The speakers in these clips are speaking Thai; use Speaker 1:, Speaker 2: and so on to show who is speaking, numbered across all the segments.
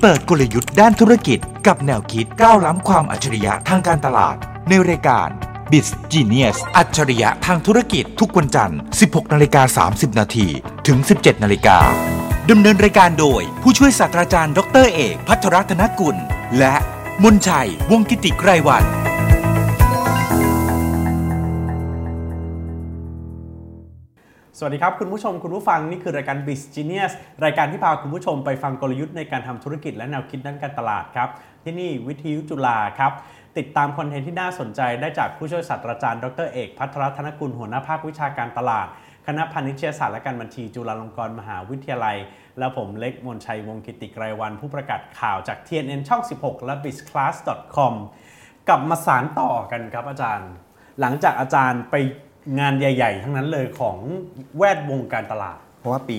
Speaker 1: เปิดกลยุทธ์ด้านธุรกิจกับแนวคิดก้าวล้ำความอัจฉริยะทางการตลาด ในรายการ b i z Genius อัจฉริยะทางธุรกิจทุกวันจันทร์ 16นาฬิกา30นาทีถึง 17นาฬิกาดำเนินรายการโดย ผู้ช่วยศาสตราจารย์ดรเอก พัทรรัตนกุล และมนชัย วงศ์กิติไกรวัน
Speaker 2: สวัสดีครับ คุณผู้ชมคุณผู้ฟัง นี่คือรายการ b i z Genius รายการที่พาคุณผู้ชมไปฟังกลยุทธ์ในการทำธุรกิจและแนวคิดด้านการตลาดครับ ที่นี่วิทยุจุฬาครับ ติดตามคอนเทนต์ที่น่าสนใจได้จากผู้ช่วยศาสตราจารย์ดรเอก พัทรธนกุลหัวหน้าภาควิชาการตลาด คณะพาณิชยศาสตร์และการบัญชีจุฬาลงกรณ์มหาวิทยาลัย และผมเล็กมนชัยวงศ์กิติไกรวัน ผู้ประกาศข่าวจาก TNN ช่อง 16 และ b i z c l a s s c o m กลับมาสารต่อกันครับอาจารย์ หลังจากอาจารย์ไปงานใหญ่ ๆ ทั้งนั้นเลยของแวดวงการตลาด
Speaker 3: เพราะว่าปี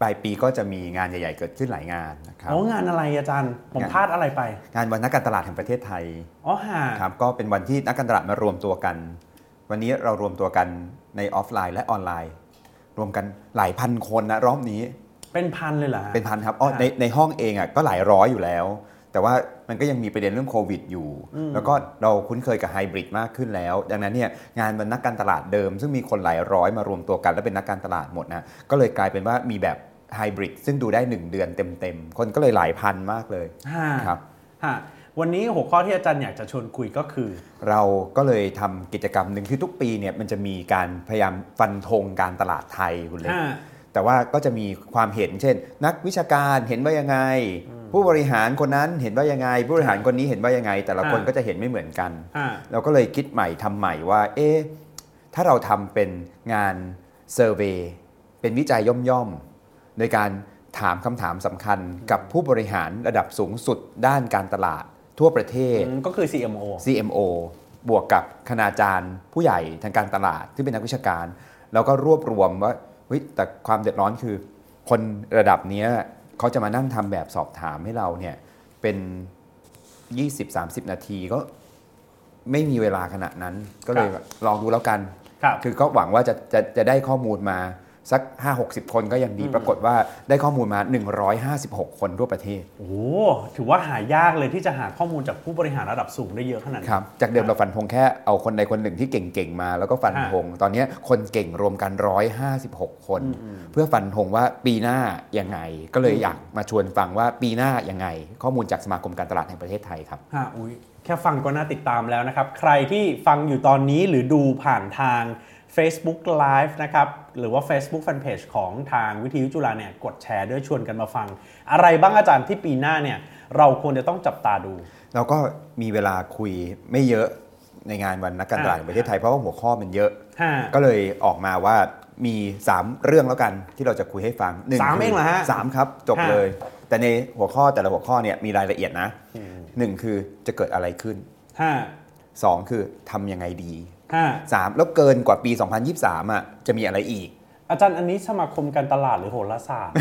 Speaker 3: ปลายปีก็จะมีงานใหญ่ ๆ เกิดขึ้นหลายงานนะครับ
Speaker 2: โอ้งานอะไรอาจารย์ ผม
Speaker 3: งาน
Speaker 2: พลาดอะไรไป
Speaker 3: งานวันนักการตลาดแห่งประเทศไทย
Speaker 2: อ๋อห่า
Speaker 3: ครับก็เป็นวันที่นักการตลาดมารวมตัวกัน วันนี้เรารวมตัวกันในออฟไลน์และออนไลน์ รวมกันหลายพันคนนะรอบนี้
Speaker 2: เป็นพันเลยเหรอฮะ
Speaker 3: เป็นพันครับอ๋อ
Speaker 2: ค่ะ
Speaker 3: ในในห้องเองอ่ะก็หลายร้อยอยู่แล้ว แต่ว่ามันก็ยังมีประเด็นเรื่องโควิดอยู่ แล้วก็เราคุ้นเคยกับไฮบริดมากขึ้นแล้ว ดังนั้นเนี่ยงานวันนักการตลาดเดิม ซึ่งมีคนหลายร้อยมารวมตัวกันและเป็นนักการตลาดหมดนะก็เลยกลายเป็นว่ามีแบบไฮบริดซึ่งดูได้หนึ่งเดือนเต็มๆคนก็เลยหลายพันมากเลย
Speaker 2: ห่า
Speaker 3: ครับ
Speaker 2: ฮะวันนี้หัวข้อที่อาจารย์อยากจะชวนคุยก็คือ
Speaker 3: เราก็เลยทำกิจกรรมหนึ่งคือทุกปีเนี่ยมันจะมีการพยายามฟันธงการตลาดไทยคุณเล็ก
Speaker 2: อ่า
Speaker 3: แต่ว่าก็จะมีความเห็นเช่น นักวิชาการเห็นว่ายังไง ผู้บริหารคนนั้นเห็นว่ายังไง ผู้บริหารคนนี้เห็นว่ายังไง แต่ละคน
Speaker 2: อ่า
Speaker 3: ก็จะเห็นไม่เหมือนกัน
Speaker 2: อ่า
Speaker 3: เราก็เลยคิดใหม่ทำใหม่ว่า เอ๊ะถ้าเราทำเป็นงานเซอร์เวย์เป็นวิจัยย่อมๆ โดยการถามคำถามสำคัญกับผู้บริหารระดับสูงสุดด้านการตลาดทั่วประเทศ
Speaker 2: ก็คือ CMO
Speaker 3: CMO บวกกับคณาจารย์ผู้ใหญ่ทางการตลาดที่เป็นนักวิชาการ แล้วก็รวบรวมว่าเฮ้ยแต่ความเดือดร้อนคือ คนระดับเนี้ยเขาจะมานั่งทำแบบสอบถามให้เราเนี่ยเป็น 20-30 นาทีก็ไม่มีเวลาขนาดนั้น ก็เลย
Speaker 2: ครับ
Speaker 3: ลองดูแล้วกัน
Speaker 2: ครับ
Speaker 3: คือก็หวังว่าจะจะจะได้ข้อมูลมาสัก 5-60 คนก็ยังดี ปรากฏว่าได้ข้อมูลมา 156 คนทั่วประเทศ
Speaker 2: โอ้โหถือว่าหายากเลยที่จะหาข้อมูลจากผู้บริหารระดับสูงได้เยอะขนาด
Speaker 3: ค
Speaker 2: นี้
Speaker 3: รับจากเดิมเราฟันธงแค่เอาคนใดคนหนึ่งที่เก่งๆ มาแล้วก็ฟันธง ตอนเนี้ยคนเก่งรวมกัน 156 คน เพื่อฟันธงว่าปีหน้ายังไง ก็เลยอยากมาชวนฟังว่าปีหน้ายังไง ข้อมูลจากสมาคมการตลาดแห่งประเทศไทยครับ
Speaker 2: ฮะอุ๊ยแค่ฟังก็น่าติดตามแล้วนะครับ ใครที่ฟังอยู่ตอนนี้หรือดูผ่านทาง Facebook Live นะครับ หรือว่า Facebook Fanpage ของทางวิทยุจุฬาเนี่ยกดแชร์ด้วยชวนกันมาฟัง อะไรบ้างอาจารย์ที่ปีหน้าเนี่ย เราควรจะต้องจับตาดู
Speaker 3: เราก็มีเวลาคุยไม่เยอะในงานวันนักการตลาดแห่งประเทศไทยเพราะว่าหัวข้อมันเยอะ
Speaker 2: ฮะ
Speaker 3: ก็เลยออกมาว่ามี 3 เรื่องแล้วกันที่เราจะคุยให้ฟังหนึ่
Speaker 2: สาม
Speaker 3: คื
Speaker 2: เองเหรอฮะ
Speaker 3: สามครับ จบ
Speaker 2: ฮะ
Speaker 3: เลย แต่ในหัวข้อแต่ละหัวข้อเนี่ยมีรายละเอียดนะหนึ่งคือจะเกิดอะไรขึ้น
Speaker 2: ห้า
Speaker 3: สองคือทำยังไงดี
Speaker 2: ห้า
Speaker 3: สามแล้วเกินกว่าปี 2023อ่ะจะมีอะไรอีก
Speaker 2: อาจารย์อันนี้สมาคมการตลาดหรือโหรา ศาสตร์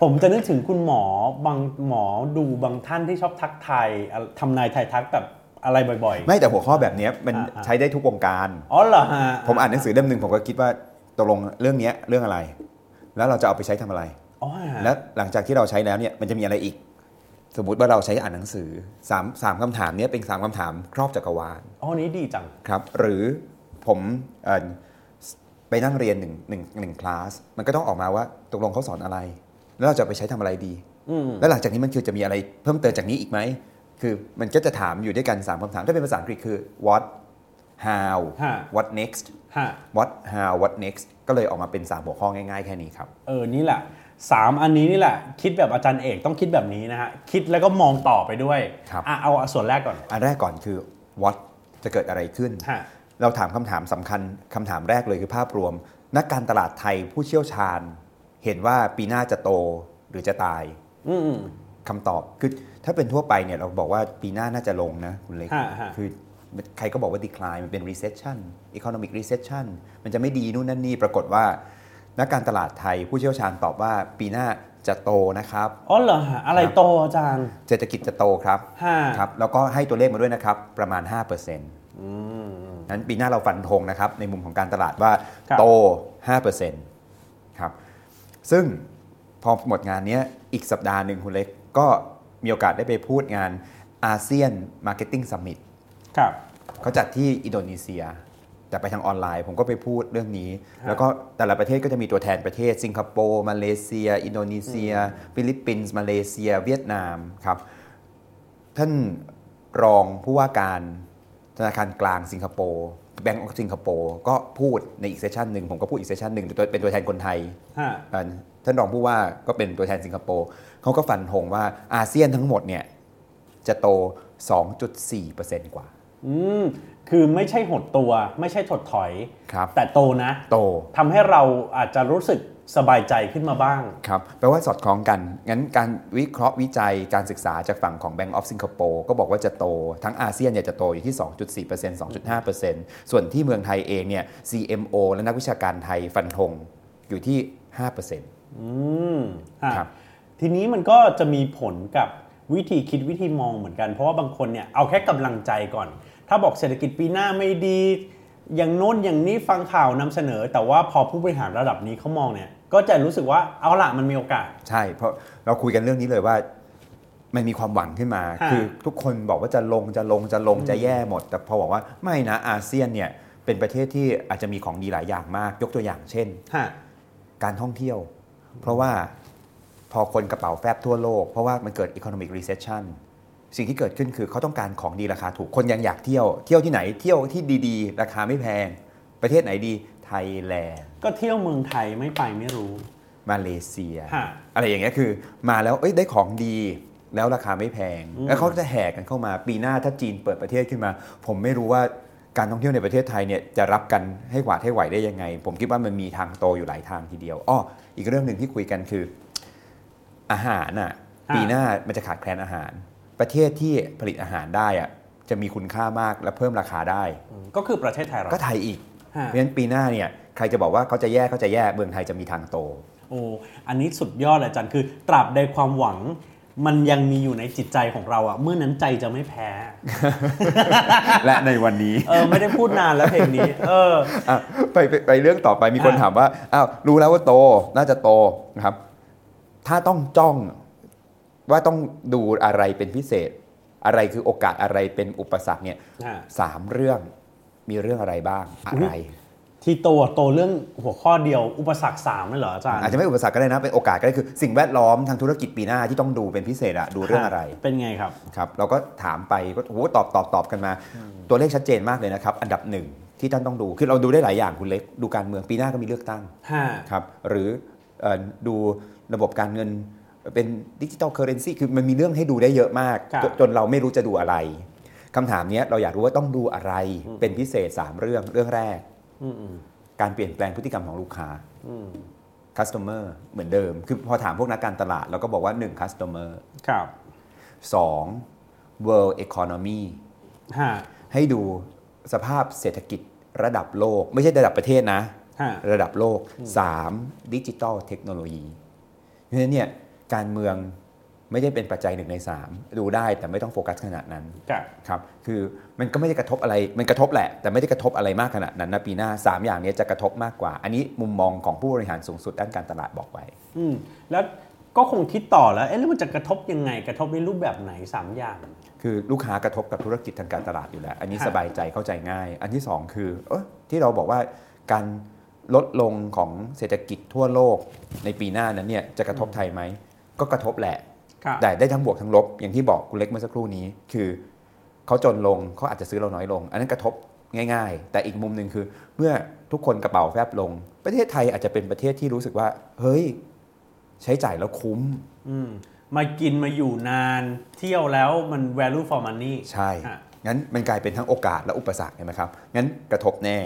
Speaker 2: ผมจะนึกถึงคุณหมอบางหมอดูบางท่านที่ชอบทักทายอ่ะทำนายทายทักแบบอะไรบ่อย
Speaker 3: ไม่แต่หัวข้อแบบเนี้ยมัน
Speaker 2: อ่าอ่า
Speaker 3: ใช้ได้ทุกวงการ
Speaker 2: ๆ อ๋อเหรอฮะ
Speaker 3: ผมอ่านหนังสือเล่มหนึ่งผมก็คิดว่าตกลงเรื่องเนี้ยเรื่องอะไร แล้วเราจะเอาไปใช้ทำอะไร
Speaker 2: อ๋อฮะ
Speaker 3: แล้วหลังจากที่เราใช้แล้วเนี่ยมันจะมีอะไรอีก สมมติว่าเราใช้อ่านหนังสือสามสามคำถามเนี้ยเป็นสามคำถามครอบจักรวาล
Speaker 2: อ๋อนี้ดีจัง
Speaker 3: ครับหรือผมเอ่อไปนั่งเรียนหนึ่งหนึ่งหนึ่งคลาสมันก็ต้องออกมาว่าตกลงเขาสอนอะไร แล้วเราจะเอาไปใช้ทำอะไรดี
Speaker 2: อืม
Speaker 3: แล้วหลังจากนี้มันคือจะมีอะไรเพิ่มเติมจากนี้อีกไหม คือมันก็จะถามอยู่ด้วยกัน 3คำถาม ถ้าเป็นภาษาอังกฤษคือ what how
Speaker 2: ฮะ
Speaker 3: what next
Speaker 2: ฮะ
Speaker 3: what how what next ก็เลยออกมาเป็น 3 หัวข้อง่ายๆ แค่นี้ครับ
Speaker 2: เออ นี่แหละสามอันนี้นี่แหละ คิดแบบอาจารย์เอกต้องคิดแบบนี้นะฮะ คิดแล้วก็มองต่อไปด้วย
Speaker 3: ครับ
Speaker 2: อ่ะเอาส่วนแรกก่อน
Speaker 3: อันแรกก่อนคือ what จะเกิดอะไรขึ้น
Speaker 2: ฮะ
Speaker 3: เราถามคำถามสำคัญคำถามแรกเลยคือภาพรวม นักการตลาดไทยผู้เชี่ยวชาญ เห็นว่าปีหน้าจะโตหรือจะตาย
Speaker 2: อืมอืม
Speaker 3: คำตอบคือถ้าเป็นทั่วไปเนี่ยเราบอกว่าปีหน้าน่าจะลงนะคุณเล็ก
Speaker 2: ฮะฮะ
Speaker 3: คือใครก็บอกว่า decline มันเป็น recession economic recession มันจะไม่ดีนู่นนั่นนี่ปรากฏว่า นักการตลาดไทยผู้เชี่ยวชาญตอบว่าปีหน้าจะโตนะครับ
Speaker 2: อ๋อเหรอฮะ อะไร
Speaker 3: ครับ
Speaker 2: โตอาจารย์
Speaker 3: เศรษฐกิจจะโตครับ
Speaker 2: ห้า
Speaker 3: ครับ แล้วก็ให้ตัวเลขมาด้วยนะครับ ประมาณ 5%
Speaker 2: อืม
Speaker 3: นั้นปีหน้าเราฟันธงนะครับ ในมุมของการตลาดว่า
Speaker 2: ครับ
Speaker 3: โต 5%ครับ ซึ่งพอหมดงานเนี้ยอีกสัปดาห์หนึ่งคุณเล็กก็ มีโอกาสได้ไปพูดงานอาเซียน Marketing Summit
Speaker 2: ครับ
Speaker 3: เขาจัดที่อินโดนีเซีย แต่ไปทางออนไลน์ ผมก็ไปพูดเรื่องนี้ แล้วก็แต่ละประเทศก็จะมีตัวแทนประเทศ สิงคโปร์มาเลเซีย อินโดนีเซีย ฟิลิปปินส์มาเลเซีย เวียดนามครับ ท่านรองผู้ว่าการธนาคารกลางสิงคโปร์แบงก์ของสิงคโปร์ก็พูดในอีกเซสชันหนึ่งผมก็พูดอีกเซสชันหนึ่งแต่ตัวเป็นตัวแทนคนไทย
Speaker 2: ฮะ
Speaker 3: อ่าท่านรองผู้ว่าก็เป็นตัวแทนสิงคโปร์เขาก็ฟันธงว่าอาเซียนทั้งหมดเนี่ยจะโต 2.4%กว่า
Speaker 2: อืม คือไม่ใช่หดตัว ไม่ใช่ถดถอย
Speaker 3: ครับ
Speaker 2: แต่โตนะ
Speaker 3: โต
Speaker 2: ทำให้เราอาจจะรู้สึกสบายใจขึ้นมาบ้าง
Speaker 3: ครับแปลว่าสอดคล้องกัน งั้นการวิเคราะห์วิจัยการศึกษาจากฝั่งของ Bank of Singapore ก็บอกว่าจะโต ทั้งอาเซียนเนี่ยจะโตอยู่ที่ 2.4% 2.5%ส่วนที่เมืองไทยเองเนี่ย CMO และนักวิชาการไทยฟันธงอยู่ที่ 5%
Speaker 2: อืมฮะ
Speaker 3: ครับ
Speaker 2: ทีนี้มันก็จะมีผลกับวิธีคิดวิธีมองเหมือนกัน เพราะว่าบางคนเนี่ยเอาแค่กำลังใจก่อน ถ้าบอกเศรษฐกิจปีหน้าไม่ดี อย่างโน้นอย่างนี้ฟังข่าวนำเสนอ แต่ว่าพอผู้บริหารระดับนี้เขามองเนี่ย ก็จะรู้สึกว่าเอาละมันมีโอกาส
Speaker 3: ใช่ เพราะเราคุยกันเรื่องนี้เลยว่ามันมีความหวังขึ้นมา
Speaker 2: ฮะ
Speaker 3: คือทุกคนบอกว่าจะลงจะลงจะลงจะแย่หมด แต่พอบอกว่าไม่นะอาเซียนเนี่ยเป็นประเทศที่อาจจะมีของดีหลายอย่างมาก ยกตัวอย่างเช่น
Speaker 2: ฮะ
Speaker 3: การท่องเที่ยว เพราะว่าพอคนกระเป๋าแฟบทั่วโลก เพราะว่ามันเกิด economic recession สิ่งที่เกิดขึ้นคือเขาต้องการของดีราคาถูกคนยังอยากเที่ยว เที่ยวที่ไหนเที่ยวที่ดีๆ ราคาไม่แพง ประเทศไหนดีไทยแลนด์
Speaker 2: ก็เที่ยวเมืองไทยไม่ไปไม่รู้
Speaker 3: มาเลเซีย
Speaker 2: ฮะ
Speaker 3: อะไรอย่างเงี้ยคือมาแล้วเอ้ยได้ของดีแล้วราคาไม่แพง
Speaker 2: อืม
Speaker 3: แล้วเขาจะแห่กันเข้ามาปีหน้าถ้าจีนเปิดประเทศขึ้นมา ผมไม่รู้ว่าการท่องเที่ยวในประเทศไทยเนี่ยจะรับกันให้หวาดให้ไหวได้ยังไง ผมคิดว่ามันมีทางโตอยู่หลายทางทีเดียวอ้ออีกเรื่องหนึ่งที่คุยกันคือ อาหารน่ะปีหน้ามันจะขาดแคลนอาหาร ประเทศที่ผลิตอาหารได้อะจะมีคุณค่ามากและเพิ่มราคาได้
Speaker 2: อืมก็คือประเทศไทยเรา
Speaker 3: ก็ไทยอีก
Speaker 2: ฮะ
Speaker 3: เพราะฉะนั้นปีหน้าเนี่ยใครจะบอกว่าเขาจะแย่เขาจะแย่เมืองไทยจะมีทางโต
Speaker 2: โอ้ อันนี้สุดยอดเลยอาจารย์คือ ตราบใดความหวัง มันยังมีอยู่ในจิตใจของเราอะเมื่อนั้นใจจะไม่แพ้
Speaker 3: และในวันนี้
Speaker 2: เออไม่ได้พูดนานแล้วเพลงนี้ เออ
Speaker 3: อ่ะไปไปไปเรื่องต่อไปมีคน
Speaker 2: อ่ะ
Speaker 3: ถามว่าอ้าวรู้แล้วว่าโตน่าจะโตนะครับ ถ้าต้องจ้องว่าต้องดูอะไรเป็นพิเศษ อะไรคือโอกาสอะไรเป็นอุปสรรคเนี่ย
Speaker 2: ฮะ
Speaker 3: สามเรื่องมีเรื่องอะไรบ้าง
Speaker 2: อุ๊ย
Speaker 3: อะไร
Speaker 2: ที่โตอะโตเรื่องหัวข้อเดียวอุปสรรคสามเลยเหรออาจารย์
Speaker 3: อาจจะไม่อุปสรรคก็ได้นะเป็นโอกาสก็ได้คือสิ่งแวดล้อมทางธุรกิจปีหน้าที่ต้องดูเป็นพิเศษอะดูเรื่องอะไร
Speaker 2: เป็นไงครับ
Speaker 3: ครับเราก็ถามไปก็โอ้โหตอบตอบตอบกันมา ตัวเลขชัดเจนมากเลยนะครับ อันดับหนึ่งที่ท่านต้องดูคือเราดูได้หลายอย่างคุณเล็กดูการเมืองปีหน้าก็มีเลือกตั้ง
Speaker 2: ห้า
Speaker 3: ครับหรือเอ่อดูระบบการเงินเป็นดิจิ t a ลเคอร์เรนซีคือมันมีเรื่องให้ดูได้เยอะมาก
Speaker 2: ครับ
Speaker 3: จนจนเราไม่รู้จะดูอะไรคำถามเนี้ยเราอยากรู้ว่าต้องดูอะไร
Speaker 2: อืม
Speaker 3: เป็นพิเศษ 3 เรื่องเรื่องแรก
Speaker 2: อืมอืม
Speaker 3: การเปลี่ยนแปลงพฤติกรรมของลูกค้า
Speaker 2: อืม
Speaker 3: customer เหมือนเดิม คือพอถามพวกนักการตลาดเราก็บอกว่า 1 customer
Speaker 2: ครับ
Speaker 3: 2 world economy
Speaker 2: ห้า
Speaker 3: ให้ดูสภาพเศรษฐกิจระดับโลก ไม่ใช่ระดับประเทศนะ
Speaker 2: ฮะ
Speaker 3: ระดับโลก 3. ดิจิตอลเทคโนโลยีเพราะฉะนั้นเนี่ยการเมืองไม่ได้เป็นปัจจัยหนึ่งใน 3 ดูได้แต่ไม่ต้องโฟกัสขนาดนั้น
Speaker 2: ครับ
Speaker 3: ครับคือมันก็ไม่ได้กระทบอะไรมันกระทบแหละ แต่ไม่ได้กระทบอะไรมากขนาดนั้นนะปีหน้า 3 อย่างเนี้ยจะกระทบมากกว่า อันนี้มุมมองของผู้บริหารสูงสุดด้านการตลาดบอกไว้
Speaker 2: อืมแล้วก็คงคิดต่อแล้วเอ๊ะแล้วมันจะกระทบยังไงกระทบในรูปแบบไหนสามอย่าง
Speaker 3: คือลูกค้ากระทบกับธุรกิจทางการตลาดอยู่แล้ว อันนี้
Speaker 2: ค่ะ
Speaker 3: สบายใจเข้าใจง่าย อันที่สองคือเอยที่เราบอกว่าการลดลงของเศรษฐกิจทั่วโลกในปีหน้านั้นเนี่ยจะกระทบไทยไหม ก็กระทบแหละ
Speaker 2: ครับ
Speaker 3: แต่ได้ทั้งบวกทั้งลบอย่างที่บอกคุณเล็กเมื่อสักครู่นี้ คือเขาจนลงเขาอาจจะซื้อเราน้อยลง อันนั้นกระทบง่าย ๆ แต่อีกมุมหนึ่งคือ เมื่อทุกคนกระเป๋าแฟบลง ประเทศไทยอาจจะเป็นประเทศที่รู้สึกว่า เฮ้ย ใช้จ่ายแล้วคุ้ม
Speaker 2: อืมมากินมาอยู่นานเที่ยวแล้วมัน value for money
Speaker 3: ใช่
Speaker 2: ฮะ
Speaker 3: งั้นมันกลายเป็นทั้งโอกาสและอุปสรรคเห็นไหมครับ งั้นกระทบแน่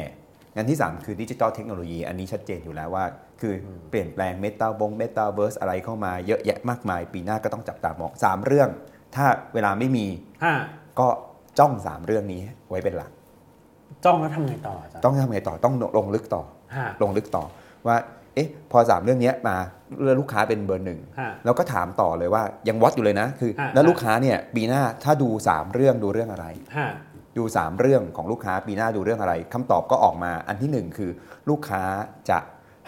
Speaker 3: งั้นที่ 3 คือดิจิ t a ลเทคโนโลยี อันนี้ชัดเจนอยู่แล้วว่า คือเปลี่ยนแปลงเมตาบงเมตาเวิร์สอะไรเข้ามาเยอะแยะมากมาย ปีหน้าก็ต้องจับตามอง 3 เรื่อง ถ้าเวลาไม่มี
Speaker 2: ห้า
Speaker 3: ก็จ้อง 3 เรื่องนี้ไว้เป็นหลัก
Speaker 2: จ้องแล้วทำไงต่ออาจารย์
Speaker 3: ต้องทำไงต่อ ต้องลงลึกต่อ
Speaker 2: ห้า
Speaker 3: ลงลึกต่อว่า เอ๊ะ พอ 3 เรื่องเนี้ยมาเรื่องลูกค้าเป็นเบอร์หนึ่ง
Speaker 2: ฮะ
Speaker 3: แล้วก็ถามต่อเลยว่า ยังวัดอยู่เลยนะ คือ
Speaker 2: ฮะ
Speaker 3: แล้วลูกค้าเนี่ย ปีหน้าถ้าดูสามเรื่องดูเรื่องอะไร
Speaker 2: ห้า
Speaker 3: ดู 3 เรื่องของลูกค้าปีหน้าดูเรื่องอะไรคำตอบก็ออกมาอันทีหนึ่1 คือลูกค้าจะ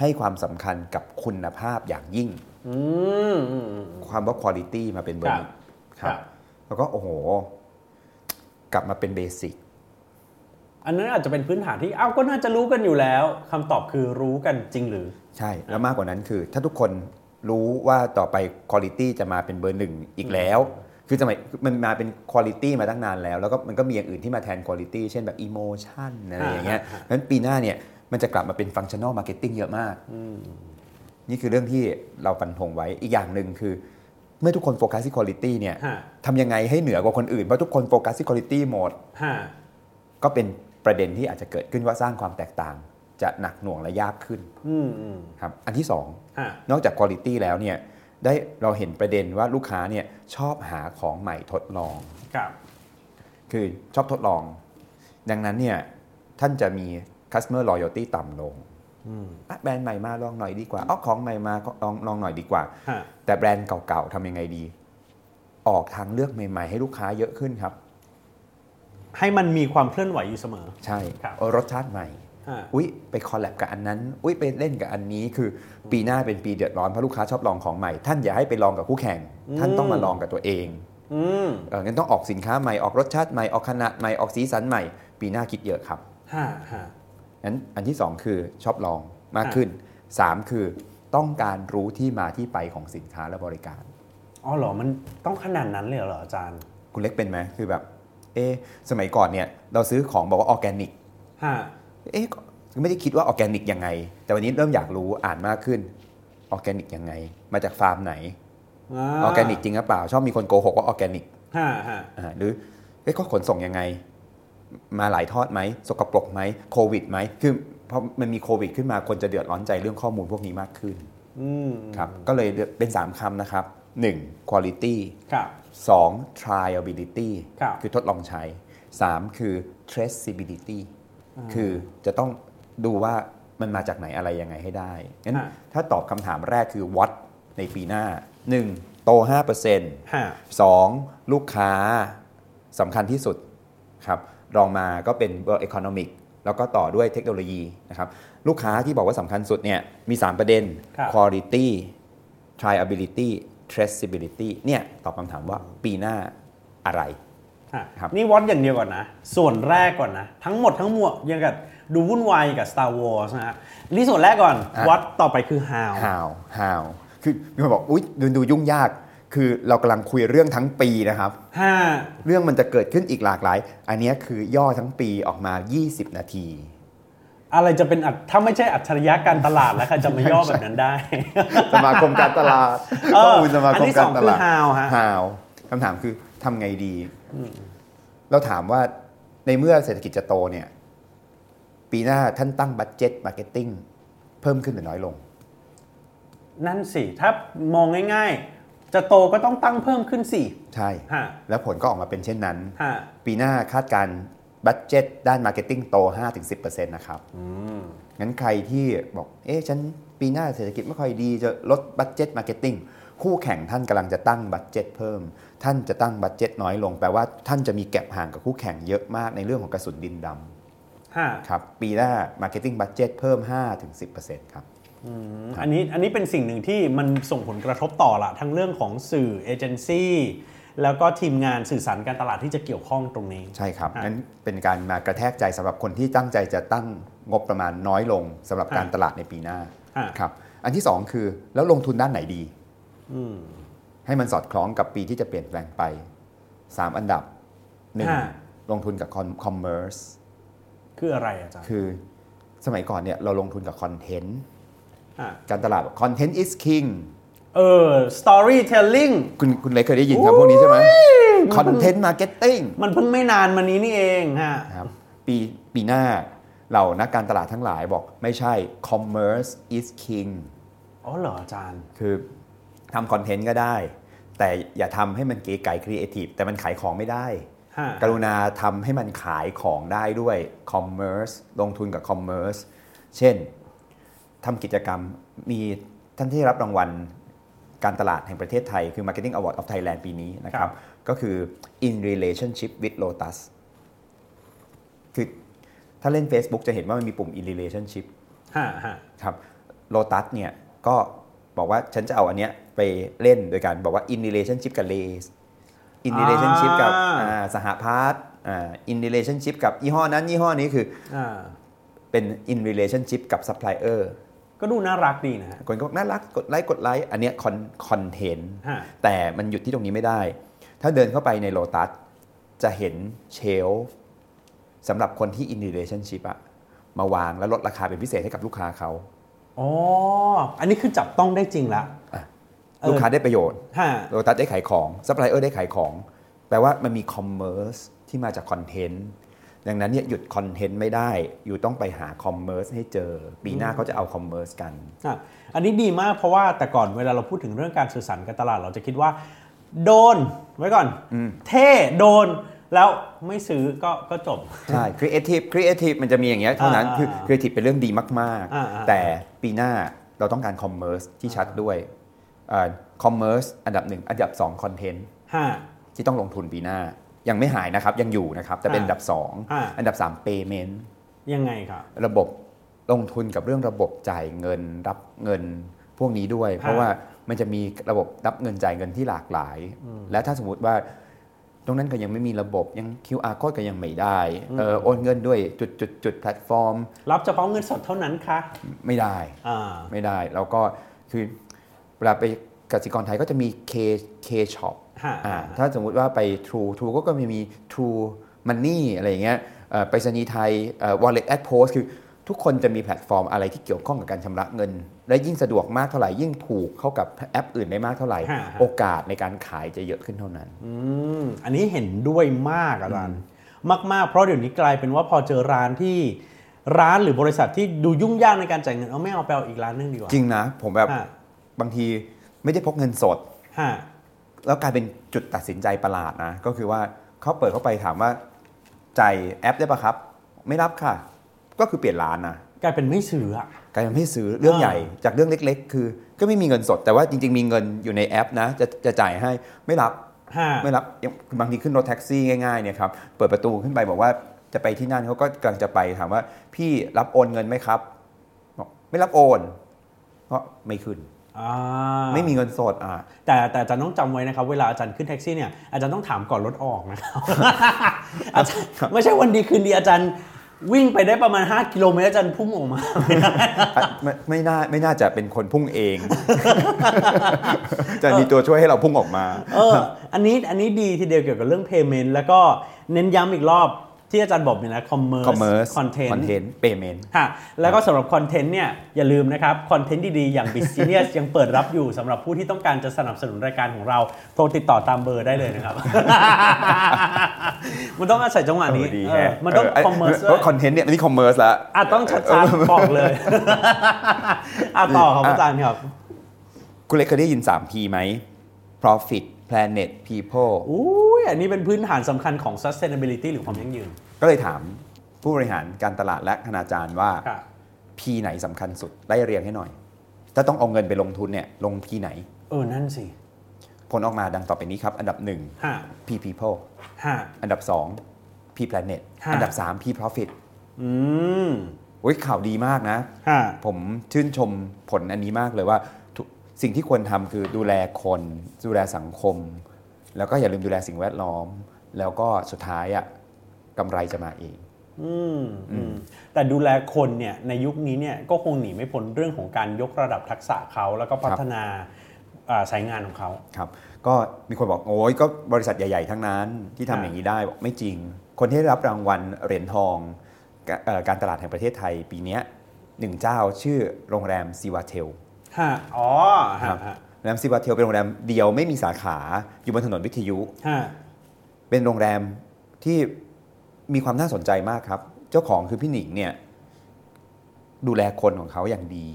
Speaker 3: ให้ความสำคัญกับคุณภาพอย่างยิ่ง
Speaker 2: อืมอืมอืม
Speaker 3: ความว่า quality มาเป็นเบอ
Speaker 2: ครั
Speaker 3: ร์
Speaker 2: บ
Speaker 3: หนึ่ง
Speaker 2: ครับ
Speaker 3: แล้วก็โอ้โห กลับมาเป็นเบสิก
Speaker 2: อันนั้นอาจจะเป็นพื้นฐานที่อ้าวก็น่าจะรู้กันอยู่แล้วคำตอบคือรู้กันจริงหรือ
Speaker 3: ใช่ แล้วมากกว่านั้นคือ ถ้าทุกคนรู้ว่าต่อไปคุณภาพจะมาเป็นเบอร์หนึ่งอีกแล้ว คือสมัยมันมาเป็นคุณภาพมาตั้งนานแล้ว แล้วก็มันก็มีอย่างอื่นที่มาแทนคุณภาพเช่นแบบอิโมชันอะไรอย่างเงี้ย
Speaker 2: อ่า
Speaker 3: นั้นปีหน้าเนี่ยมันจะกลับมาเป็นฟังชั่นอลมาร์เก็ตติ้งเยอะมาก นี่คือเรื่องที่เราฟันธงไว้อีกอย่างหนึ่งคือ เมื่อทุกคนโฟกัสที่คุณภาพเนี่ย
Speaker 2: ฮะ
Speaker 3: ทำยังไงให้เหนือกว่าคนอื่นเพราะทุกคนโฟกัสที่คุณภาพหมด
Speaker 2: ฮะ
Speaker 3: ก็เป็นประเด็นที่อาจจะเกิดขึ้นว่าสร้างความแตกต่าง จะหนักหน่วงและยากขึ้น
Speaker 2: อืมอืม
Speaker 3: ครับอันที่สอง
Speaker 2: ฮะ
Speaker 3: นอกจากคุณ i t y แล้วเนี่ยได้เราเห็นประเด็นว่าลูกค้าเนี่ยชอบหาของใหม่ทดลอง
Speaker 2: ครับ
Speaker 3: คือชอบทดลอง ดังนั้นเนี่ยท่านจะมี customer loyalty ต่ำลง
Speaker 2: อืม
Speaker 3: อ่ะแบรนด์ใหม่มาลองหน่อยดีกว่าเอาของใหม่มาก็ลองลองหน่อยดีกว่า
Speaker 2: ฮะ
Speaker 3: แต่แบรนด์เก่าๆทำยังไงดี ออกทางเลือกใหม่ๆ ให้ลูกค้าเยอะขึ้นครับ
Speaker 2: ให้มันมีความเคลื่อนไหวอยู่เสมอ
Speaker 3: ใช่
Speaker 2: ครับ
Speaker 3: เอารสชาติใหม่
Speaker 2: ฮะ
Speaker 3: อุ๊ยไปคอลแลบกับอันนั้น อุ๊ยไปเล่นกับอันนี้คือปีหน้าเป็นปีเดือดร้อนเพราะลูกค้าชอบลองของใหม่ ท่านอย่าให้ไปลองกับคู่แข่ง ท่านต้องมาลองกับตัวเอง
Speaker 2: อืม
Speaker 3: เอองั้นต้องออกสินค้าใหม่ ออกรสชาติใหม่ ออกขนาดใหม่ ออกสีสันใหม่ ปีหน้าคิดเยอะครับ
Speaker 2: ฮะฮะ
Speaker 3: งั้นอันที่ 2 คือชอบลองมากขึ้น 3 คือต้องการรู้ที่มาที่ไปของสินค้าและบริการ
Speaker 2: อ๋อเหรอ มันต้องขนาดนั้นเลยเหรออาจารย์
Speaker 3: คุณเล็กเป็นไหมคือแบบ เอะสมัยก่อนเนี่ยเราซื้อของบอกว่าออร์แกนิก
Speaker 2: ฮะ
Speaker 3: เอ๊ะไม่ได้คิดว่าออร์แกนิกยังไง แต่วันนี้เริ่มอยากรู้อ่านมากขึ้นออร์แกนิกยังไง มาจากฟาร์มไหนออร์แกนิกจริงหรือเปล่า ชอบมีคนโกหกว่าออร์แกนิก
Speaker 2: ฮะฮะ
Speaker 3: อ่าหรือเอ๊ะก็ขนส่งยังไง มาหลายทอดไหมสกปรกไหมโควิดไหมคือพอมันมีโควิดขึ้นมาคนจะเดือดร้อนใจเรื่องข้อมูลพวกนี้มากขึ้น
Speaker 2: อืม
Speaker 3: ครับก็เลยเลือกเป็น 3คำนะครับ 1. quality
Speaker 2: ครับ
Speaker 3: 2. triability
Speaker 2: ครับ
Speaker 3: คือทดลองใช้ 3. คือ traceability คือจะต้องดูว่ามันมาจากไหนอะไรยังไงให้ได้งั้น
Speaker 2: ฮะ
Speaker 3: ถ้าตอบคำถามแรกคือ what ในปีหน้า 1. โต 5%
Speaker 2: ฮะ
Speaker 3: 2. ลูกค้าสำคัญที่สุดครับรองมาก็เป็น World Economic แล้วก็ต่อด้วยเทคโนโลยีนะครับลูกค้าที่บอกว่าสำคัญสุดเนี่ยมี 3 ประเด็น
Speaker 2: ครับ
Speaker 3: Quality Triability Traceability เนี่ยตอบคำถามว่าปีหน้าอะไร
Speaker 2: ฮะ
Speaker 3: ครับ
Speaker 2: นี่วอตอย่างเดียวก่อนนะ ส่วนแรกก่อนนะ ทั้งหมดทั้งมวลยังกับดูวุ่นวายกับ Star Wars นะฮะนี่ส่วนแรกก่อนวอตต่อไปคือ how
Speaker 3: How How คือมีคนบอกอุ๊ยดูดูยุ่งยาก คือเรากำลังคุยเรื่องทั้งปีนะครับ
Speaker 2: ฮะ
Speaker 3: เรื่องมันจะเกิดขึ้นอีกหลากหลาย อันเนี้ยคือย่อทั้งปีออกมา 20 นาที
Speaker 2: อะไรจะเป็นอัจถ้าไม่ใช่อัจฉริยะการตลาดแล้วใครจะมาย่อแบบนั้นได้
Speaker 3: สมาคมการตลาด
Speaker 2: เออ
Speaker 3: ข้อมูลสมาคม
Speaker 2: อัน
Speaker 3: การตลาด
Speaker 2: ที่สองคือ how ฮะ
Speaker 3: how คำถามคือทำไงดี เราถามว่าในเมื่อเศรษฐกิจจะโตเนี่ย ปีหน้าท่านตั้งบัตเจ็ตมาร์เก็ตติ้งเพิ่มขึ้นหรือน้อยลง
Speaker 2: นั่นสิ ถ้ามองง่ายๆ จะโตก็ต้องตั้งเพิ่มขึ้นสิ
Speaker 3: ใช่
Speaker 2: ฮะ
Speaker 3: แล้วผลก็ออกมาเป็นเช่นนั้น
Speaker 2: ฮะ
Speaker 3: ปีหน้าคาดการบัตเจ็ตด้านมาร์เก็ตติ้งโต 5-10%นะครับ
Speaker 2: อืม
Speaker 3: งั้นใครที่บอก เอ๊ะ ฉันปีหน้าเศรษฐกิจไม่ค่อยดีจะลดบัตเจ็ตมาร์เก็ตติ้ง คู่แข่งท่านกำลังจะตั้งบัตเจ็ตเพิ่ม ท่านจะตั้งบัตเจ็ตน้อยลง แปลว่าท่านจะมีแก็บห่างกับคู่แข่งเยอะมากในเรื่องของกระสุนดินด
Speaker 2: ฮะ
Speaker 3: ำครับ ปีหน้ามาร์เก็ตติ้งบัตเจ็ตเพิ่ม 5-10%ครับ
Speaker 2: อันนี้อันนี้เป็นสิ่งหนึ่งที่มันส่งผลกระทบต่อละทั้งเรื่องของสื่อเอเจนซี่แล้วก็ทีมงานสื่อสารการตลาดที่จะเกี่ยวข้องตรงนี้
Speaker 3: ใช่ครับ
Speaker 2: อ่ะ
Speaker 3: งั้นเป็นการมากระแทกใจสำหรับคนที่ตั้งใจจะตั้งงบประมาณน้อยลงสำหรับการ
Speaker 2: อ่ะ
Speaker 3: ตลาดในปีหน้า
Speaker 2: อ่ะ
Speaker 3: ครับ อันที่สองคือแล้วลงทุนด้านไหนดี
Speaker 2: อืม
Speaker 3: ให้มันสอดคล้องกับปีที่จะเปลี่ยนแปลงไป 3 อันดับ
Speaker 2: ฮะ
Speaker 3: 1. ลงทุนกับคอมเมอร์ส
Speaker 2: คืออะไรอาจารย์
Speaker 3: คือสมัยก่อนเนี่ยเราลงทุนกับคอนเทนต์
Speaker 2: อ่ะ
Speaker 3: การตลาดคอนเทนต์ is king
Speaker 2: เออ storytelling
Speaker 3: คุณคุณเล็กเคยได้ยินคำพวกนี้ใช่ไหมคอนเทนต์มาร์เก็ตติ้ง
Speaker 2: มันเพิ่งไม่นานมานี้นี่เองฮะ
Speaker 3: ครับปีปีหน้าเรานักการตลาดทั้งหลายบอกไม่ใช่ commerce is king
Speaker 2: อ๋อเหรออาจารย์
Speaker 3: คือทำคอนเทนต์ก็ได้ แต่อย่าทำให้มันเก๋ไก๋ครีเอทีฟแต่มันขายของไม่ได้
Speaker 2: ฮะ
Speaker 3: กรุณาทำให้มันขายของได้ด้วย commerce ลงทุนกับ commerce เช่นทำกิจกรรมมีท่านที่ได้รับรางวัลการตลาดแห่งประเทศไทย คือ Marketing Award of Thailand ปีนี้นะค
Speaker 2: ครั
Speaker 3: รับ
Speaker 2: บ
Speaker 3: ก็คือ in relationship with Lotus คือถ้าเล่น Facebook จะเห็นว่ามันมีปุ่ม in relationship
Speaker 2: ฮะฮะ
Speaker 3: ครับโลตัสเนี่ยก็บอกว่าฉันจะเอาอันเนี้ยไปเล่นโดยการบอกว่า in relationship กับ lace in relationship กับ
Speaker 2: อ่า
Speaker 3: อ่าสหพาร์ทอ่า in relationship กับยี่ห้อนั้นยี่ห้อนี้คือ
Speaker 2: อ่า
Speaker 3: เป็น in relationship กับ supplier
Speaker 2: ก็ดูน่ารักดีนะฮะ
Speaker 3: คนก็บอกน่ารักกดไลค์กดไลค์อันเนี้ยคอนเทนต์
Speaker 2: ฮะ
Speaker 3: แต่มันหยุดที่ตรงนี้ไม่ได้ ถ้าเดินเข้าไปในโลตัสจะเห็นเชลฟ์สำหรับคนที่ in relationship อะมาวางแล้วลดราคาเป็นพิเศษให้กับลูกค้าเขา
Speaker 2: อ๋ออันนี้คือจับต้องได้จริงละเออ
Speaker 3: ลูกค้าได้ประโยชน์
Speaker 2: ฮะ
Speaker 3: โลตัสได้ขายของซัพพลายเออร์ได้ขายของ แปลว่ามันมีคอมเมอร์สที่มาจากคอนเทนต์ดังนั้นเนี่ยหยุดคอนเทนต์ไม่ได้ อยู่ต้องไปหาคอมเมอร์สให้เจอ ปีหน้าเขาจะเอาคอมเมอร์สกัน
Speaker 2: อ่ะอันนี้ดีมากเพราะว่าแต่ก่อนเวลาเราพูดถึงเรื่องการสื่อสารการตลาดเราจะคิดว่า โดนไว้ก่อน
Speaker 3: อืม
Speaker 2: เท่โดนแล้วไม่ซื้อก็ก็จบ
Speaker 3: ใช่ครีเอทีฟครีเอทีฟมันจะมีอย่างเงี้ยเท่านั้น
Speaker 2: อ่า
Speaker 3: คือครีเอทีฟเป็นเรื่องดีมาก
Speaker 2: อ่าอ่า
Speaker 3: ๆ แต่ปีหน้าเราต้องการคอมเมอร์สที่ชัดด้วยคอมเมอร์สอันดับหนึ่งอันดับสองคอนเทนต์
Speaker 2: ฮะ
Speaker 3: ที่ต้องลงทุนปีหน้า ยังไม่หายนะครับ ยังอยู่นะครับ แต่เป็นอันดับสอง
Speaker 2: อ่า
Speaker 3: อันดับสาม payment
Speaker 2: ยังไงครับ
Speaker 3: ระบบลงทุนกับเรื่องระบบจ่ายเงินรับเงินพวกนี้ด้วย
Speaker 2: ฮะ
Speaker 3: เพราะว่ามันจะมีระบบรับเงินจ่ายเงินที่หลากหลาย และถ้าสมมติว่าตรงนั้นก็ยังไม่มีระบบยัง QR code ก็ยังไม่ได้เออโอนเงินด้วยจุดจุดจุดแพลตฟอร์ม
Speaker 2: รับเฉพาะเงินสดเท่านั้นคะ
Speaker 3: ไม่ได้
Speaker 2: อ่า
Speaker 3: ไม่ได้ แล้วก็คือเวลาไปกสิกรไทยก็จะมี K K shop
Speaker 2: ฮะ
Speaker 3: อ่าถ้าสมมุติว่าไป True True ก็ก็มีมี True Money อะไรอย่างเงี้ยเอ่อไปรษณีย์ไทยเอ่อ Wallet at Post คือทุกคนจะมีแพลตฟอร์มอะไรที่เกี่ยวข้องกับการชำระเงิน และยิ่งสะดวกมากเท่าไหร่ ยิ่งผูกเข้ากับแอปอื่นได้มากเท่าไหร่
Speaker 2: ฮะ
Speaker 3: โอกาสในการขายจะเยอะขึ้นเท่านั้น
Speaker 2: อืมอันนี้เห็นด้วยมากอาจารย์มาก ๆ เพราะเดี๋ยวนี้กลายเป็นว่าพอเจอร้านที่ร้านหรือบริษัทที่ดูยุ่งยากในการจ่ายเงินเอาไม่เอาไปเอาอีกร้านหนึงดีกว่า
Speaker 3: จริงนะ ผมแบบ
Speaker 2: ฮะ
Speaker 3: บางทีไม่ได้พกเงินสด
Speaker 2: ฮะ
Speaker 3: แล้วกลายเป็นจุดตัดสินใจประหลาดนะ ก็คือว่าเขาเปิดเข้าไปถามว่าจ่ายแอปได้ปะครับ ไม่รับค่ะ ก็คือเปลี่ยนร้านนะ
Speaker 2: กลายเป็นไม่ซื้ออะ
Speaker 3: กลายเป็นให้ซื้อเรื่อง
Speaker 2: อ่า
Speaker 3: ใหญ่จากเรื่องเล็ก ๆ คือ ก็ไม่มีเงินสดแต่ว่าจริง ๆ มีเงินอยู่ในแอปนะจะจะจ่ายให้ไม่รับ
Speaker 2: ฮะ
Speaker 3: ไม่รับยังบางทีขึ้นรถแท็กซี่ง่ายๆเนี่ยครับเปิดประตูขึ้นไปบอกว่าจะไปที่นั่นเขาก็กำลังจะไปถามว่า พี่รับโอนเงินไหมครับบอกไม่รับโอนก็ไม่ขึ้น
Speaker 2: อ่า
Speaker 3: ไม่มีเงินสดอ่ะ
Speaker 2: แต่แต่อาจารย์ต้องจำไว้นะครับ เวลาอาจารย์ขึ้นแท็กซี่เนี่ยอาจารย์ต้องถามก่อนรถออก นะครับอาจารย์ไม่ใช่วันดีคืนดีอาจารย์ วิ่งไปได้ประมาณ 5 กิโลเมตรอาจารย์พุ่งออกมา
Speaker 3: อ่ะไม่ไม่น่าไม่น่าจะเป็นคนพุ่งเอง จะมีตัวช่วยให้เราพุ่งออกมา
Speaker 2: เออ อันนี้ อันนี้ดีทีเดียวเกี่ยวกับเรื่อง payment แล้วก็เน้นย้ำอีกรอบที่อาจารย์บอกเนี่ยนะ commerce
Speaker 3: commerce
Speaker 2: content
Speaker 3: content payment
Speaker 2: ค่ะแล้วก็สำหรับคอนเทนต์เนี่ยอย่าลืมนะครับ คอนเทนต์ดี ๆ อย่าง b i z n e s s ยังเปิดรับอยู่สำหรับผู้ที่ต้องการจะสนับสนุนรายการของเรา โทรติดต่อตามเบอร์ได้เลยนะครับ มันต้องอาศัยจังหวะนี้
Speaker 3: เออดี
Speaker 2: เอ
Speaker 3: แฮะ
Speaker 2: อมันต้อง
Speaker 3: เ
Speaker 2: commerce
Speaker 3: เพราะคอนเทนต์เนี่ยอันนี่คอมเมอร์สละ
Speaker 2: อ่ะต้องชัดๆบอกเลย อ่ะต่อครับอาจารย์ครับ
Speaker 3: คุณเล็กเคยได้ยิน 3P ไหม profit planet people
Speaker 2: อุ้ยอันนี้เป็นพื้นฐานสำคัญของ sustainability หรือความยั่งยืน
Speaker 3: ก็เลยถามผู้บริหารการตลาดและคณาจารย์ว่า
Speaker 2: ค่ะ
Speaker 3: P ไหนสำคัญสุด ไล่เรียงให้หน่อย ถ้าต้องเอาเงินไปลงทุนเนี่ย ลง P ไหน
Speaker 2: เออนั่นสิ
Speaker 3: ผลออกมาดังต่อไปนี้ครับ อันดับ
Speaker 2: ฮะ
Speaker 3: 1 P people
Speaker 2: ฮะ
Speaker 3: อันดับ 2 P planet
Speaker 2: ฮะ
Speaker 3: อันดับ 3 P profit
Speaker 2: อืม
Speaker 3: โอ้ยข่าวดีมากนะ
Speaker 2: ฮะ
Speaker 3: ผมชื่นชมผลอันนี้มากเลยว่าทุกสิ่งที่ควรทำคือดูแลคนดูแลสังคม แล้วก็อย่าลืมดูแลสิ่งแวดล้อม แล้วก็สุดท้ายอ่ะกำไรจะมาเอง
Speaker 2: อืมอืมแต่ดูแลคนเนี่ยในยุคนี้เนี่ยก็คงหนีไม่พ้นเรื่องของการยกระดับทักษะเขาแล้วก็พัฒนาอ่าสายงานของเขา
Speaker 3: ครับ ก็มีคนบอกโอ้ยก็บริษัทใหญ่ ๆ ทั้งนั้นที่ทำ
Speaker 2: อ่า
Speaker 3: อย่างนี้ได้บอกไม่จริง คนที่ได้รับรางวัลเหรียญทองกะเอ่อการตลาดแห่งประเทศไทยปีเนี้ยหนึ่งเจ้าชื่อโรงแรมซีวาเทล
Speaker 2: ฮะอ๋อฮะ
Speaker 3: ครั
Speaker 2: ฮะ
Speaker 3: บ โรงแรมซีวาเทลเป็นโรงแรมเดียวไม่มีสาขาอยู่บนถนนวิทยุ
Speaker 2: ฮะ
Speaker 3: เป็นโรงแรมที่มีความน่าสนใจมากครับ เจ้าของคือพี่หนิงเนี่ยดูแลคนของเขาอย่างดี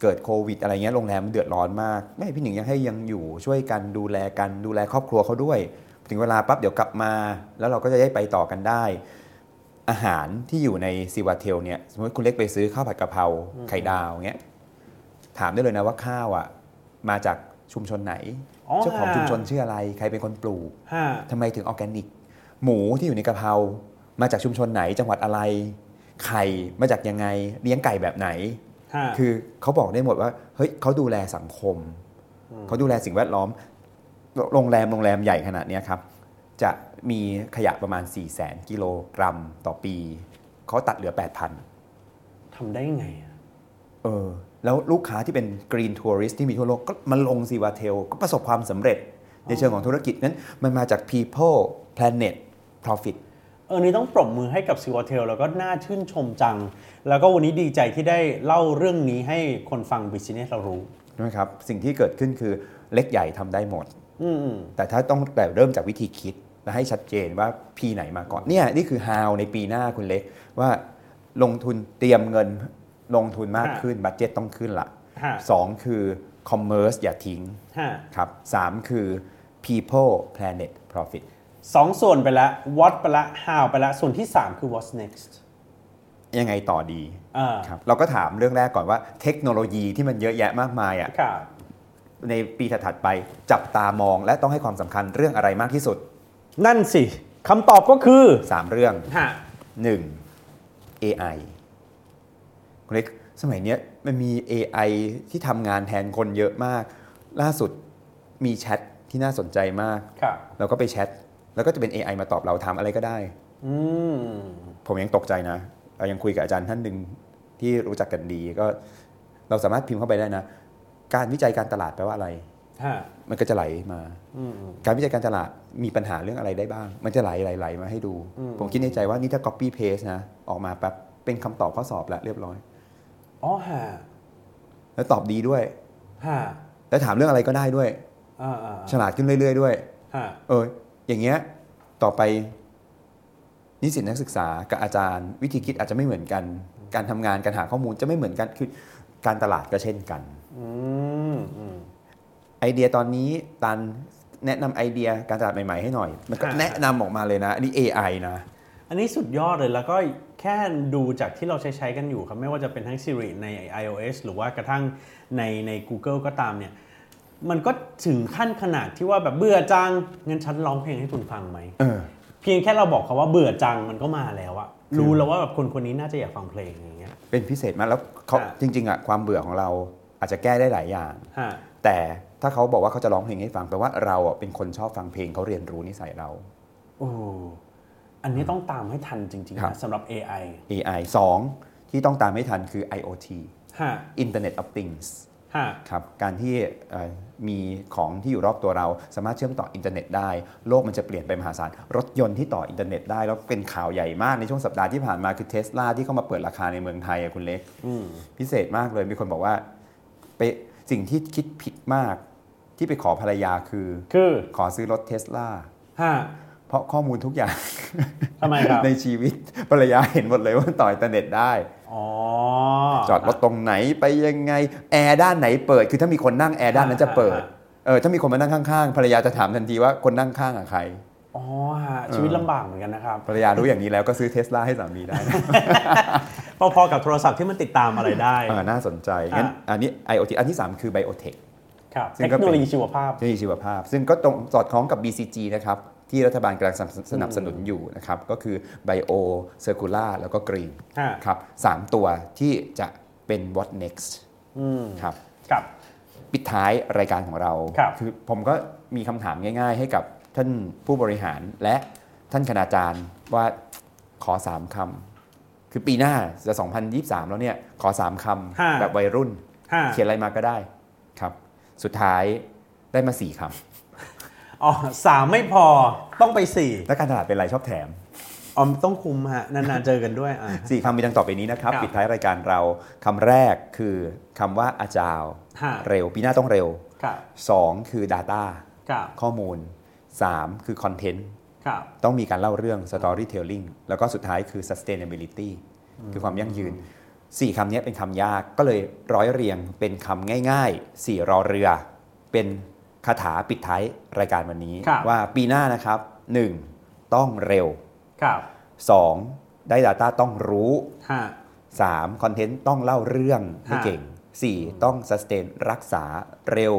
Speaker 3: เกิดโควิด อะไรเงี้ยโรงแรมมันเดือดร้อนมาก ไม่พี่หนิงยังให้ยังอยู่ช่วยกันดูแลกันดูแลครอบครัวเขาด้วย ถึงเวลาปั๊บเดี๋ยวกลับมา แล้วเราก็จะได้ไปต่อกันได้ อาหารที่อยู่ในซีวาเทลเนี่ยสมมติคุณเล็กไปซื้อข้าวผัดกะเพราไข่ดาวเงี้ยถามได้เลยนะว่าข้าวอ่ะมาจากชุมชนไหน เจ้าของชุมชนชื่ออะไรใครเป็นคนปลูก
Speaker 2: ฮะ
Speaker 3: ทำไมถึงออร์แกนิก หมูที่อยู่ในกะเพรามาจากชุมชนไหนจังหวัดอะไร ไข่มาจากยังไง เลี้ยงไก่แบบไหน
Speaker 2: ฮะ
Speaker 3: คือเขาบอกได้หมดว่า เฮ้ยเขาดูแลสังคม
Speaker 2: อืม
Speaker 3: เขาดูแลสิ่งแวดล้อม โรงแรมโรงแรมใหญ่ขนาดเนี้ยครับ จะมีขยะประมาณ 4 0 0แสนกิโลกรัมต่อปี เขาตัดเหลือ 8,000
Speaker 2: ทำได้ยังไงอะ
Speaker 3: เออแล้วลูกค้าที่เป็นกรีนทัวริสที่มีทั่วโลกก็มาลงซีวาเทลก็ประสบความสำเร็จในเชิงของธุรกิจนั้นมันมาจาก people planet profit
Speaker 2: เออนี่ต้องปรบมือให้กับซีวอเทลแล้วก็น่าชื่นชมจัง แล้วก็วันนี้ดีใจที่ได้เล่าเรื่องนี้ให้คนฟังบิสเนสเรารู้
Speaker 3: นะครับสิ่งที่เกิดขึ้นคือเล็กใหญ่ทำได้หมด
Speaker 2: อืมอืม
Speaker 3: แต่ถ้าต้องแต่เริ่มจากวิธีคิดและให้ชัดเจนว่า P ไหนมาก่อน เนี่ยนี่คือ how ในปีหน้าคุณเล็ก ว่าลงทุนเตรียมเงินลงทุนมากขึ้นบัตเจ็ตต้องขึ้นละ
Speaker 2: ฮะ
Speaker 3: สองคือ commerce อย่าทิ้ง
Speaker 2: ฮะ
Speaker 3: ครับสามคือ people planet profit
Speaker 2: สองส่วนไปละ what ไปละ how ไปละ ส่วนที่ 3 คือ what's next
Speaker 3: ยังไงต่อดี
Speaker 2: เออ
Speaker 3: ครับเราก็ถามเรื่องแรกก่อนว่าเทคโนโลยีที่มันเยอะแยะมากมายอ่ะ
Speaker 2: ครับ
Speaker 3: ในปีถัดๆไปจับตามองและต้องให้ความสำคัญเรื่องอะไรมากที่สุด
Speaker 2: นั่นสิคำตอบก็คือ
Speaker 3: สามเรื่อง
Speaker 2: ฮะ
Speaker 3: 1. AI คุณเล็กสมัยเนี้ยมันมี AI ที่ทำงานแทนคนเยอะมาก ล่าสุดมีแชทที่น่าสนใจมาก
Speaker 2: ครับ
Speaker 3: เราก็ไปแชท แล้วก็จะเป็น AI มาตอบเราถามอะไรก็ได้
Speaker 2: อืม
Speaker 3: ผมยังตกใจนะเรายังคุยกับอาจารย์ท่านหนึ่งที่รู้จักกันดีก็เราสามารถพิมพ์เข้าไปได้นะ การวิจัยการตลาดแปลว่าอะไร
Speaker 2: ฮะ
Speaker 3: มันก็จะไหลมา
Speaker 2: อืม
Speaker 3: การวิจัยการตลาดมีปัญหาเรื่องอะไรได้บ้าง มันจะไหลไหลไหลมาให้ดู
Speaker 2: อืม
Speaker 3: ผมคิดในใจว่านี่ถ้า copy paste นะ ออกมาแป๊บเป็นคำตอบข้อสอบแล้วเรียบร้อย
Speaker 2: อ๋อฮะ
Speaker 3: แล้วตอบดีด้วย
Speaker 2: ฮะ
Speaker 3: แล้วถามเรื่องอะไรก็ได้ด้วย
Speaker 2: อ่าอ่า
Speaker 3: ฉลาดขึ้นเรื่อย ๆ ด้วย
Speaker 2: ฮะ
Speaker 3: เออ อย่างเงี้ย ต่อไป นิสิตนักศึกษากับอาจารย์ วิธีคิดอาจจะไม่เหมือนกัน การทำงานการหาข้อมูลจะไม่เหมือนกันคือการตลาดก็เช่นกัน
Speaker 2: อืมอืม
Speaker 3: ไอเดียตอนนี้ตันแนะนำไอเดียการตลาดใหม่ๆให้หน่อย มันก็
Speaker 2: อ่า
Speaker 3: แนะนำออกมาเลยนะอันนี้ AI นะ
Speaker 2: อันนี้สุดยอดเลยแล้วก็แค่ดูจากที่เราใช้ใช้ๆกันอยู่ครับ ไม่ว่าจะเป็นทั้ง Siri ใน iOS หรือว่ากระทั่งในใน Google ก็ตามเนี่ย มันก็ถึงขั้นขนาดที่ว่าแบบเบื่อจังงั้นฉันร้องเพลงให้คุณฟังไหม
Speaker 3: เออ
Speaker 2: เพียงแค่เราบอกเขาว่าเบื่อจังมันก็มาแล้วอะรู้แล้วว่าแบบคนคนนี้น่าจะอยากฟังเพลงอย่างเงี้ย
Speaker 3: เป็นพิเศษมากแล้วเขา
Speaker 2: อ่า
Speaker 3: จริง ๆอ่ะความเบื่อของเราอาจจะแก้ได้หลายอย่าง
Speaker 2: ฮะ
Speaker 3: แต่ถ้าเขาบอกว่าเขาจะร้องเพลงให้ฟังแปลว่าเราอ่ะเป็นคนชอบฟังเพลงเขาเรียนรู้นิสัยเรา
Speaker 2: โอ้อันนี้ต้องตามให้ทันจริงๆ
Speaker 3: ครับ
Speaker 2: นะสำหรับ AI
Speaker 3: AI 2 ที่ต้องตามให้ทันคือ IoT
Speaker 2: ฮะ
Speaker 3: Internet of Things
Speaker 2: ฮะ
Speaker 3: ครับการที่เอ่อมีของที่อยู่รอบตัวเรา สามารถเชื่อมต่ออินเทอร์เน็ตได้ โลกมันจะเปลี่ยนไปมหาศาล รถยนต์ที่ต่ออินเทอร์เน็ตได้ แล้วเป็นข่าวใหญ่มากในช่วงสัปดาห์ที่ผ่านมาคือเทสลาที่เข้ามาเปิดราคาในเมืองไทยอะคุณเล็ก
Speaker 2: อืม
Speaker 3: พิเศษมากเลยมีคนบอกว่าไปสิ่งที่คิดผิดมาก ที่ไปขอภรรยาคือ
Speaker 2: คือ
Speaker 3: ขอซื้อรถเทสลา
Speaker 2: ฮะ
Speaker 3: เพราะข้อมูลทุกอย่าง
Speaker 2: ทำไมครับ
Speaker 3: ในชีวิตภรรยาเห็นหมดเลยว่าต่ออินเทอร์เน็ตได้
Speaker 2: อ๋อ
Speaker 3: จอดรถตรงไหนไปยังไงแอร์ด้านไหนเปิด คือถ้ามีคนนั่งแอร์ด้านนั้นจะเปิด
Speaker 2: อ่า
Speaker 3: เออถ้ามีคนมานั่งข้างๆภรรยาจะถามทันทีว่าคนนั่งข้างอะใคร
Speaker 2: อ๋อฮะชีวิตลำบากเหมือนกันนะครับ
Speaker 3: ภรรยารู้อย่างนี้แล้วก็ซื้อเทสลาให้สามีได้นะ
Speaker 2: พอๆกับโทรศัพท์ที่มันติดตามอะไรได้
Speaker 3: เออน่าสนใจงั้น
Speaker 2: อ่ะ
Speaker 3: อันนี้ IoT อันที่สามคือ Biotech
Speaker 2: ครับ
Speaker 3: ซึ่
Speaker 2: เท
Speaker 3: ง
Speaker 2: ค
Speaker 3: ก็เป็น
Speaker 2: โนโลยีชีวภาพ
Speaker 3: เทคโนโลยีชีวภาพ ซึ่งก็ตรงสอดคล้องกับ BCG นะครับ ที่รัฐบาลกำลังสนับสนับสนุนอยู่นะครับ ก็คือ Bio Circular แล้วก็ Green
Speaker 2: ฮะ
Speaker 3: ครับสามตัวที่จะเป็น What Next
Speaker 2: อืม
Speaker 3: ครับ
Speaker 2: ครับ
Speaker 3: ปิดท้ายรายการของเรา
Speaker 2: ครับ
Speaker 3: อผมก็มีคำถามง่ายๆ ให้กับท่านผู้บริหารและท่านคณาจารย์ว่าขอ 3คำคือปีหน้าจะ 2023 แล้วเนี่ย ขอ 3คำแบบวัยรุ่น
Speaker 2: ห้า
Speaker 3: เขียนอะไรมาก็ได้ครับ สุดท้ายได้มา 4คำ
Speaker 2: อ๋อสามไม่พอต้องไปสี่
Speaker 3: และการตลาดเป็นไรชอบแถม
Speaker 2: อ๋อต้องคุมฮะ นานๆเจอกันด้วยอ่ะ
Speaker 3: 4คำมีดังต่อไปนี้นะครับ
Speaker 2: ครับ
Speaker 3: ปิดท้ายรายการเราคำแรกคือคำว่าอาจารย์
Speaker 2: ฮะ
Speaker 3: เร็ว ปีหน้าต้องเร็ว
Speaker 2: ครับ
Speaker 3: 2 คือ Data
Speaker 2: ครับ
Speaker 3: ข้อมูล 3 คือ Content
Speaker 2: ครับ
Speaker 3: ต้องมีการเล่าเรื่อง Storytelling แล้วก็สุดท้ายคือ Sustainability คือความยั่งยืน 4คำนี้เป็นคำยากก็เลยร้อยเรียงเป็นคำง่าย ๆ 4 รอเรือ เป็นคาถาปิดท้ายรายการวันนี้ ว่าปีหน้านะครับ 1. ต้องเร็ว
Speaker 2: ครับ
Speaker 3: 2. ได้ Data ต้องรู้
Speaker 2: ห้า
Speaker 3: 3. คอนเทนต์ต้องเล่าเรื่องให้
Speaker 2: ฮะ
Speaker 3: เก่ง 4. ต้องสแตนรักษาเร็ว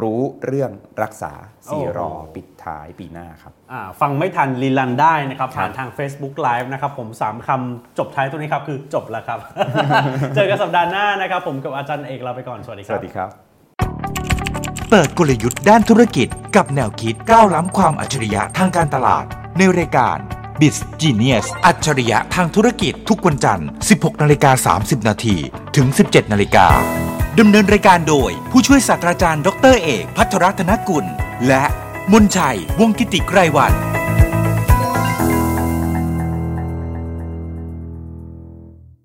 Speaker 3: รู้เรื่องรักษาสี่รอปิดท้ายปีหน้าครับ
Speaker 2: อ่าฟังไม่ทันรีลันได้นะครับ
Speaker 3: ครับ
Speaker 2: ผ่านทาง Facebook Live นะครับ ผม 3คำจบท้ายตัวนี้ครับ คือจบ แล้วครับ เจอกันสัปดาห์หน้านะครับ ผมกับอาจารย์เอกลาไปก่อนสวัสดีค
Speaker 3: ส
Speaker 2: รับ
Speaker 3: วัสดีครับ
Speaker 1: ต เปิดกลยุทธ์ด้านธุรกิจกับแนวคิดก้าวล้ำความอัจฉริยะทางการตลาด ในรายการ b i z Genius อัจฉริยะทางธุรกิจทุกวันจันทร์ 16นาฬิกา30นาทีถึง 17นาฬิกาดำเนินรายการโดย ผู้ช่วยศาสตราจารย์ดรเอก พัทรรัตนกุล และมนชัยวงศ์กิติไกรวัน